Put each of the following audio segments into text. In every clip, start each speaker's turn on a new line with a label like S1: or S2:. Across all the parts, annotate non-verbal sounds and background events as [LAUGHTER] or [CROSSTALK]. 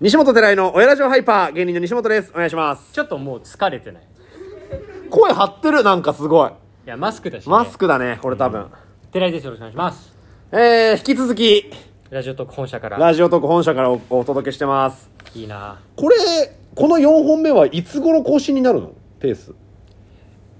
S1: 西本寺井の親ラジオハイパー芸人の西本ですお願いします
S2: ちょっともう疲れてないい
S1: 声張ってるなんかすごい
S2: やマスクだし、ね、
S1: マスクだねこれ多分、
S2: 寺井ですよろしくお願いします
S1: えー、引き続き
S2: ラジオトーク本社から
S1: ラジオトーク本社からおお届けしてます
S2: いいな
S1: これこの4本目はいつ頃更新になるのペース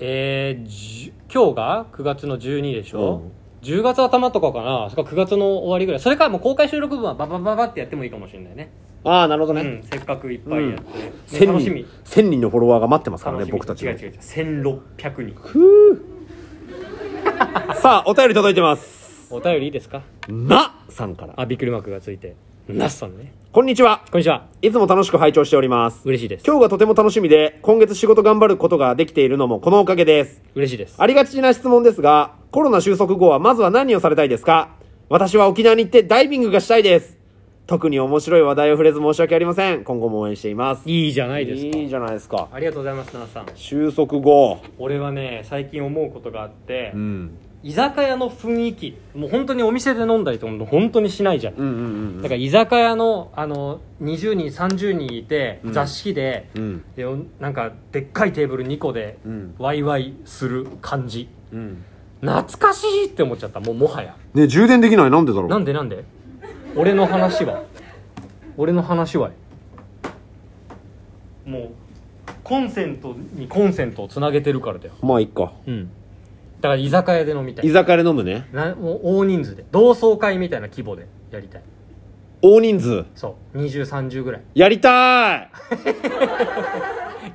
S2: えー、じゅ今日が9月の12でしょ、10月頭とかかなそれか9月の終わりぐらいそれかもう公開収録分はババババってやってもいいかもしれないね
S1: ああなるほどね、
S2: うんせっかくいっぱいやって、ね
S1: 千
S2: 楽しみ
S1: 人千人のフォロワーが待ってますから
S2: 楽
S1: ね
S2: しみ
S1: 僕たち
S2: 違
S1: の
S2: う違う違う1600人
S1: さあお便り届いてます
S2: お便りいいですか
S1: なさんから
S2: あびっくりマークがついてナスさんね
S1: こんにちは
S2: こんにちはい
S1: つも楽しく拝聴しております
S2: 嬉しいです
S1: 今日がとても楽しみで今月仕事頑張ることができているのもこのおかげです
S2: 嬉しいです
S1: ありがちな質問ですが、コロナ収束後はまずは何をされたいですか私は沖縄に行ってダイビングがしたいです。特に面白い話題を触れず申し訳ありません。今後も応援しています。い
S2: いいじゃないですか
S1: いじゃないですか。
S2: ありがとうございますナスさん
S1: 収束後。
S2: 俺はね最近思うことがあって、
S1: うん。
S2: 居酒屋の雰囲気もう本当にお店で飲んだりとも本当にしないじゃん、
S1: うんうん
S2: だから居酒屋のあの20人30人いて、
S1: うん
S2: 座敷で,
S1: うん。うん。
S2: で、なんかでっかいテーブル2個で、
S1: うん。
S2: ワイワイする感じ
S1: うん。
S2: 懐かしいって思っちゃったもうもはや
S1: ね充電できない。なんでだろう
S2: なんでなんで俺の話は俺の話はもうコンセントにコンセントをつなげてるからだよ
S1: まあ、いっか。
S2: うんだから居酒屋で飲みたい
S1: 居酒屋で飲むね。
S2: なもう大人数で同窓会みたいな規模でやりたい
S1: 大人数。
S2: そう2030ぐらい
S1: やり
S2: [LAUGHS]
S1: た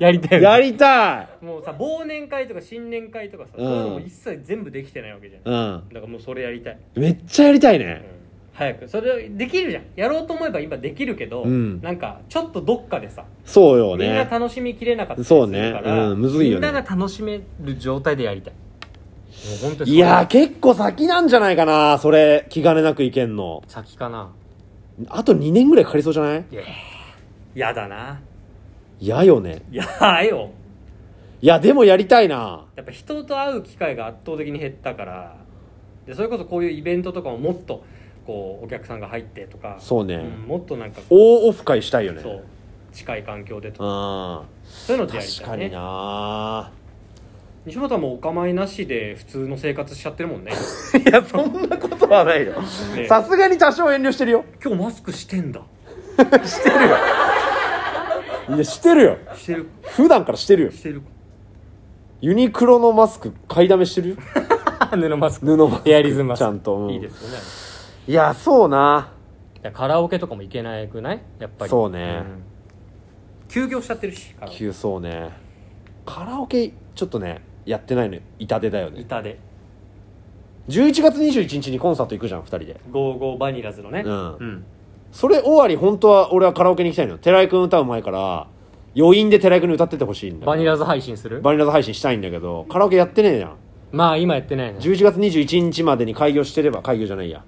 S2: やりた
S1: いやりたい
S2: もうさ忘年会とか新年会とかさ、
S1: うん
S2: そういうのも一切全部できてないわけじゃん、
S1: うん。
S2: だからもうそれやりたい、
S1: めっちゃやりたい
S2: うん
S1: ね。
S2: 早くそれできるじゃんやろうと思えば今できるけど、
S1: うん
S2: なんかちょっとどっかでさ、
S1: そうよ
S2: みんな
S1: ね。
S2: 楽しみきれなかったりす
S1: そう
S2: る
S1: ね
S2: から、
S1: うんむずいよね
S2: みんなが楽しめる状態でやりたいもう本当にそれ
S1: いやー、結構先なんじゃないかな。それ、気兼ねなくいけんの。
S2: 先かな
S1: あと2年ぐらいかかりそうじゃない
S2: いややだな
S1: 嫌よね。
S2: いやーよ
S1: いや、でもやりたいな。
S2: やっぱ人と会う機会が圧倒的に減ったからでそれこそこういうイベントとかももっとこうお客さんが入ってとか
S1: そうね
S2: んもっとなんかこ
S1: 大オフ会したいよ
S2: う
S1: ね。
S2: そう近い環境でとか
S1: うん。
S2: そういうのってやり
S1: 確
S2: た
S1: か
S2: い
S1: に
S2: ね
S1: な
S2: 西本はもうお構いなしで普通の生活しちゃってるもんね
S1: [LAUGHS] いや、そんなことはないよ。
S2: ね
S1: さすがに多少遠慮してるよ。
S2: 今日マスクしてんだ
S1: してるよ。いや、してるよ。
S2: してる
S1: 普段からしてるよ。
S2: してる
S1: ユニクロのマスク買いだめしてるよ。
S2: 布マス
S1: 布マスク。
S2: エアリズムマスク
S1: ちゃんと。うん
S2: いいですよね
S1: いや、そうな
S2: だからカラオケとかも行けなくないやっぱり
S1: そうね
S2: ん休業しちゃってるしカラオケ
S1: 急そうね。カラオケ、ちょっとね、やってないのよ痛手だよね。
S2: 板で
S1: 11月21日にコンサート行くじゃん、二人で。
S2: ゴーゴーバニラズのね
S1: うん
S2: うん
S1: それ終わり本当は俺はカラオケに行きたいのよ寺井君歌う前から余韻で寺井君に歌っててほしいんだよ
S2: バニラズ配信する
S1: バニラズ配信したいんだけどカラオケやってねえじゃん
S2: まあ今やってないね
S1: 11月21日までに開業してれば開業じゃないや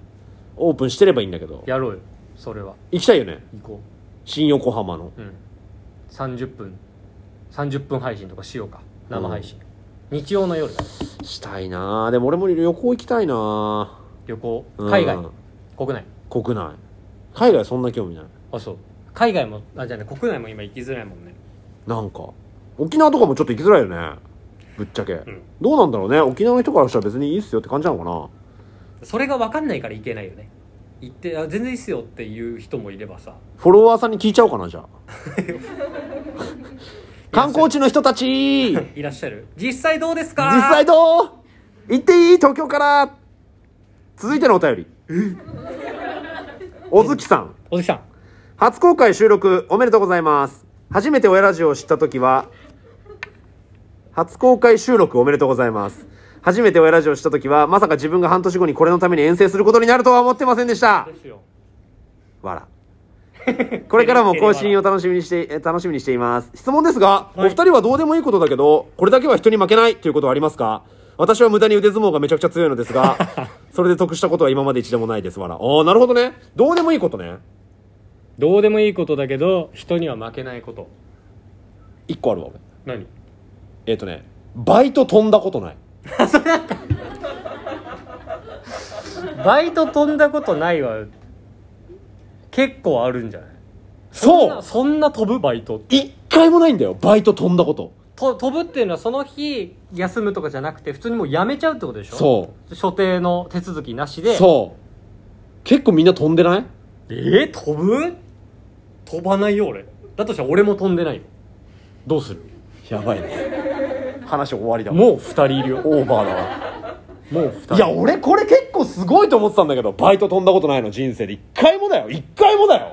S1: オープンしてればいいんだけど
S2: やろうよそれは
S1: 行きたいよね
S2: 行こ
S1: 新横浜の
S2: ううん30分30分配信とかしようか生配信、日曜の夜だね
S1: したいなあでも俺も旅行行きたいな
S2: 旅行
S1: うん
S2: 海外、国内
S1: あ国内海外そんな興味ない
S2: あそう海外もあじゃあね国内も今行きづらいもんね
S1: なんか沖縄とかもちょっと行きづらいよねぶっちゃけ、
S2: ん
S1: どうなんだろうね沖縄の人からしたら別にいいっすよって感じなのかな
S2: それが分かんないから行けないよね行ってあ全然いいっすよっていう人もいればさ
S1: フォロワーさんに聞いちゃおうかなじゃあ観光地の人たち実
S2: いらっしゃる実際どうですか
S1: 際どう行っていい東京から続いてのお便り小月さん
S2: おじさん
S1: 初公開収録おめでとうございます初めて親ラジオを知った時は初公開収録おめでとうございます初めて親ラジオを知った時はまさか自分が半年後にこれのために遠征することになるとは思ってませんでした
S2: ですよ
S1: わらこれからも更新を楽しみにして、え楽しみにしています。質問ですが、お二人はどうでもいいことだけど、これだけは人に負けないということはありますか私は無駄に腕相撲がめちゃくちゃ強いのです [LAUGHS] が、それで得したことは今まで一度もないです。わら。ああ、なるほどね。どうでもいいことね。
S2: どうでもいいことだけど人には負けないこと
S1: 一個あるわ、俺。
S2: 何
S1: えっ、とね、バイト飛んだことない。
S2: バイト飛んだことないは結構あるんじゃない
S1: そうん
S2: なそんな飛ぶバイト
S1: 一回もないんだよバイト飛んだこと
S2: と飛ぶっていうのはその日休むとかじゃなくて普通にもう辞めちゃうってことでしょ
S1: そう
S2: 所定の手続きなしで
S1: そう結構みんな飛んでない
S2: えー、飛ぶ飛ばないよ俺だとしたら俺も飛んでないよどうする
S1: やばいね話終わりだもう
S2: もう2人いるよ
S1: オーバーだわ
S2: もう2人
S1: いや俺これ結構すごいと思ってたんだけどバイト飛んだことないの人生で一回もだよ一回もだよ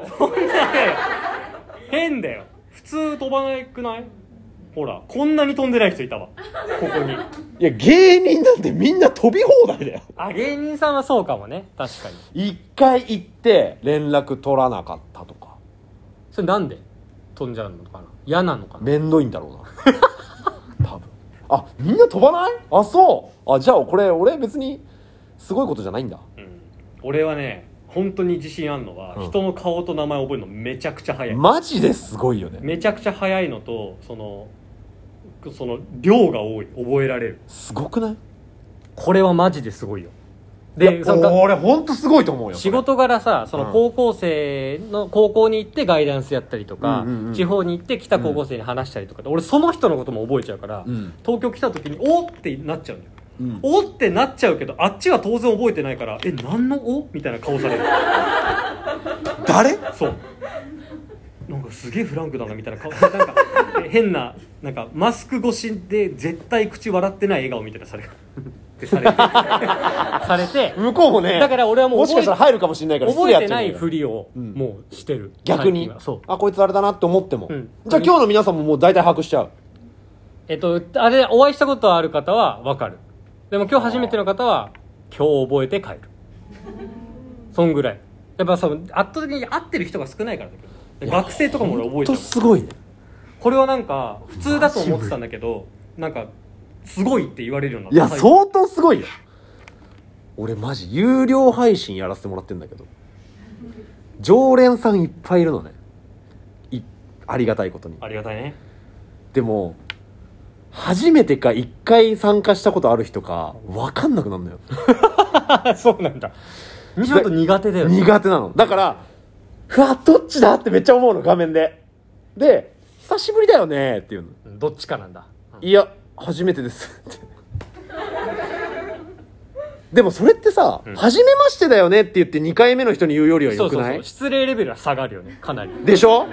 S2: 変だよ普通飛ばなくないほらこんなに飛んでない人いたわここ
S1: [LAUGHS]
S2: に
S1: いや芸人なんてみんな飛び放題だよ
S2: あ芸人さんはそうかもね確かに
S1: 一回行って連絡取らなかったとか
S2: それなんで飛んじゃうのかな嫌なのかな
S1: めんどいんだろう [LAUGHS] な多分あみんな飛ばないあそうあじゃあこれ俺別にすごいことじゃないんだ
S2: うん俺はね本当に自信あるのは、
S1: うん
S2: 人の顔と名前覚えるのめちゃくちゃ早い、
S1: マジですごいよね
S2: めちゃくちゃ早いのとそのその量が多い覚えられる
S1: すごくない
S2: これはマジですごいよ
S1: い
S2: で
S1: や
S2: その
S1: 俺ほんとすごいと思うよ
S2: 仕事柄さそ
S1: うん
S2: の高校生の高校に行ってガイダンスやったりとか、
S1: うんうんうん
S2: 地方に行って来た高校生に話したりとかって、俺その人のことも覚えちゃうから、
S1: うん
S2: 東京来た時に「おっ!」ってなっちゃうんだよ
S1: うん
S2: おってなっちゃうけどあっちは当然覚えてないからえ何のおみたいな顔される
S1: 誰
S2: そうなんかすげえフランクだなみたいな顔なんかえ変ななんかマスク越しで絶対口笑ってない笑顔みたいな
S1: [LAUGHS]
S2: されるってされてされて
S1: 向 [LAUGHS] こうもね
S2: だから俺はもう
S1: もしかしたら入るかもしれないから
S2: 覚えてない
S1: 失礼やっちゃうんだよ
S2: ふりを
S1: うん
S2: もうしてる、
S1: 逆に
S2: 最近はそう
S1: あこいつあれだなって思っても、
S2: うん
S1: じゃあ今日の皆さんももう大体把握しちゃう
S2: えっとあれお会いしたことある方は分かるでも今日初めての方は今日覚えて帰るそんぐらいやっぱそう圧倒的に合ってる人が少ないからだけど学生とかも俺覚えて
S1: ほん
S2: る
S1: とすごいね
S2: これはなんか普通だと思ってたんだけどなんかすごいって言われるようになっ
S1: い
S2: た
S1: や相当すごいよ俺マジ有料配信やらせてもらってんだけど常連さんいっぱいいるのねいありがたいことに
S2: ありがたい [LAUGHS] ね
S1: でも初めてか1回参加したことある人か分かんなくな
S2: [LAUGHS]
S1: るのよ
S2: あそうなんだちょっと苦手だよね
S1: 苦手なのだからうわどっちだってめっちゃ思うの画面でで「久しぶりだよね」っていうの
S2: うんどっちかなんだ
S1: 「いや初めてです」 [LAUGHS] ってでもそれってさ「
S2: ん
S1: 初めましてだよね」って言って2回目の人に言うよりはよ
S2: そう
S1: く
S2: そう
S1: な
S2: そ
S1: いう
S2: 失礼レベルは下がるよねかなり
S1: でしょ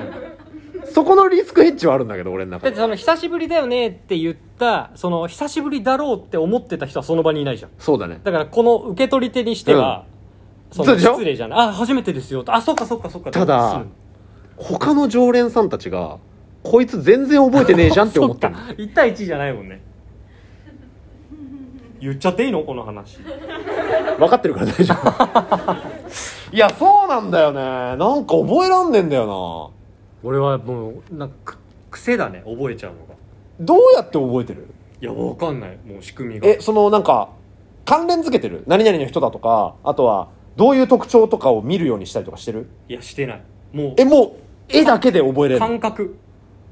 S1: そこのリスクヘッジはあるんだけど俺の中
S2: だって
S1: で
S2: その久しぶりだよねって言ったその久しぶりだろうって思ってた人はその場にいないじゃん
S1: そうだね
S2: だからこの受け取り手にしては、
S1: そ
S2: そ
S1: う
S2: の
S1: でしょ
S2: 失礼じゃないあ初めてですよあそうかそうかそうか
S1: ただ
S2: うん
S1: 他の常連さんたちが「こいつ全然覚えてねえじゃん」って思ってる
S2: [LAUGHS] そか1対1じゃないもんね言っちゃっていいのこの話
S1: 分かってるから大丈夫
S2: [LAUGHS]
S1: いやそうなんだよねなんか覚えらんねんだよ
S2: 俺はもうなんかく癖だね覚えちゃうのが
S1: などうやって覚えてる
S2: いやわかんないもう仕組みが
S1: えそのなんか関連づけてる何々の人だとかあとはどういう特徴とかを見るようにしたりとかしてる
S2: いやしてないも
S1: えもう絵だけで覚え
S2: う
S1: れる
S2: 感覚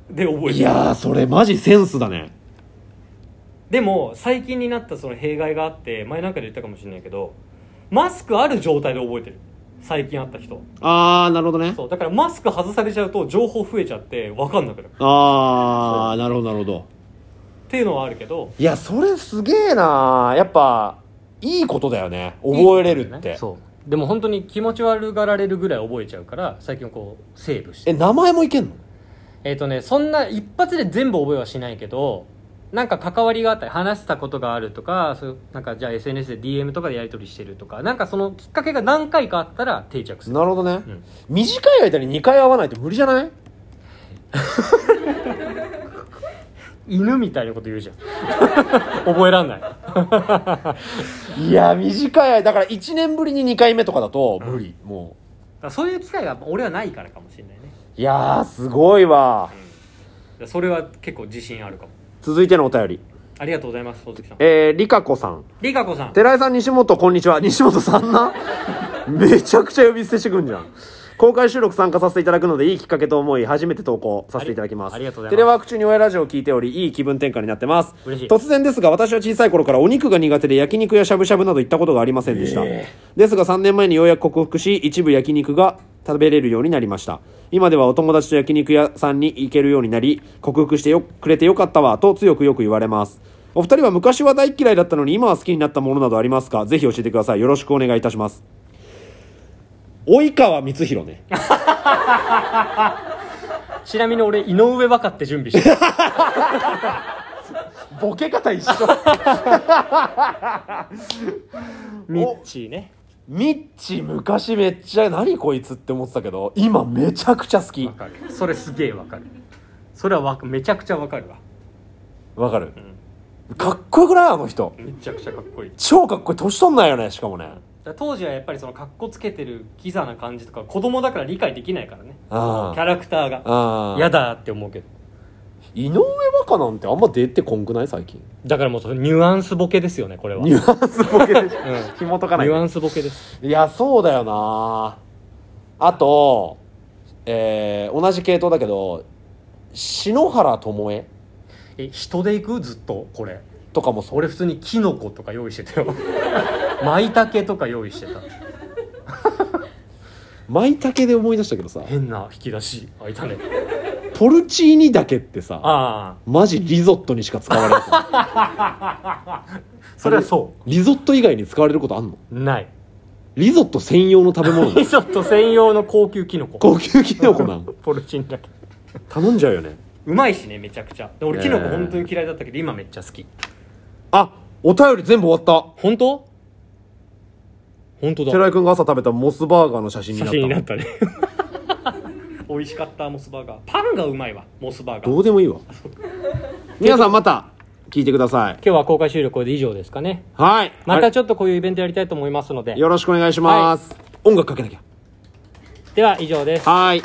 S2: で覚え
S1: い
S2: てる
S1: やーそれマジセンスだね
S2: でも最近になったその弊害があって前なんかで言ったかもしれないけどマスクある状態で覚えてる最近会った人
S1: あーなるほどね
S2: そうだからマスク外されちゃうと情報増えちゃってわかんなくなるっ
S1: あーなるほどなるほど
S2: ていうのはあるけど
S1: いやそれすげえなやっぱいいことだよね覚えれるって
S2: そうでも本当に気持ち悪がられるぐらい覚えちゃうから最近はこうセーブして
S1: え名前もいけんの
S2: えっ、とねそんな一発で全部覚えはしないけどなんか関わりがあったり話したことがあるとかそうなんかじゃあ SNS で DM とかでやり取りしてるとかなんかそのきっかけが何回かあったら定着する
S1: なるほどね、
S2: ん
S1: 短い間に2回会わないと無理じゃない
S2: 犬みたいなこと言うじゃん [LAUGHS] 覚えらんない
S1: いや短い間だから1年ぶりに2回目とかだと無理、も
S2: そういう機会が俺はないからかもしれないね
S1: ういやーすごいわ
S2: それは結構自信あるかも
S1: 続いてのお便り
S2: ありがとうございます鈴木さん
S1: えー、りかこさん
S2: りかこさ
S1: [LAUGHS]
S2: ん
S1: 寺井さん西本こんにちは西本さんなめちゃくちゃ呼び捨てしてくんじゃん公開収録参加させていただくのでいいきっかけと思い初めて投稿させていただきます
S2: ありありがとうございます
S1: テレワーク中に親ラジオを聞いておりいい気分転換になってます
S2: 嬉しい
S1: 突然ですが私は小さい頃からお肉が苦手で焼肉やしゃぶしゃぶなど行ったことがありませんでした、ですが3年前にようやく克服し一部焼肉が食べれるようになりました今ではお友達と焼肉屋さんに行けるようになり克服してよくれてよかったわと強くよく言われますお二人は昔は大嫌いだったのに今は好きになったものなどありますかぜひ教えてくださいよろしくお願いいたします [LAUGHS] 及川光弘ね
S2: ちなみに俺井上バカって準備してる
S1: ボケ方一緒
S2: ミッチーね
S1: ミッチ昔めっちゃ何こいつって思ってたけど今めちゃくちゃ好き
S2: わかるそれすげえわかるそれはわかめちゃくちゃわかるわ
S1: わかる、かっこよくないあの人
S2: めちゃくちゃかっこいいだか
S1: 超かっこいい年取んないよねしかもね
S2: ら当時はやっぱりそのかっこつけてるキザな感じとか子供だから理解できないからね
S1: あ
S2: キ
S1: あ
S2: ャラクターが
S1: ああ
S2: 嫌だって思うけど
S1: 井上和歌なんてあんま出てこんくない最近
S2: だからもうそのニュアンスボケですよねこれは
S1: ニュアンスボケでしょ
S2: うん
S1: 紐解かない
S2: ニュアンスボケです
S1: いやそうだよなあとえー同じ系統だけど篠原ともえ
S2: え人で行くずっとこれ
S1: とかもそれ
S2: 俺普通にキノコとか用意してたよ [LAUGHS] 舞茸とか用意してた
S1: 舞茸で思い出したけどさ
S2: 変な引き出しあいたね
S1: ポルチーニだけってさ
S2: ああ
S1: マジリゾットにしか使われない
S2: それはそ
S1: リゾット以外に使われることあんの
S2: うない
S1: リゾット専用の食べ物なの
S2: リゾット専用の高級キノコ
S1: 高級キノコなん
S2: ポルチンだけ
S1: 頼んじゃうよね
S2: うまいしねめちゃくちゃで俺
S1: ねえ
S2: キノコ本当に嫌いだったけど今めっちゃ好き
S1: あお便り全部終わった
S2: 本当本当だ
S1: 寺井君が朝食べたモスバーガーの写真にな
S2: 写
S1: った
S2: 真になったね [LAUGHS] 美味しかったモスバーガーパンがうまいわモスバーガー
S1: どうでもいい
S2: [LAUGHS]
S1: わ皆さんまた聞いてください
S2: 今日は公開収録これで以上ですかね
S1: はい
S2: ま
S1: あ
S2: たちょっとこういうイベントやりたいと思いますので
S1: れよろしくお願いします、音楽かけなきゃ
S2: では以上です
S1: はい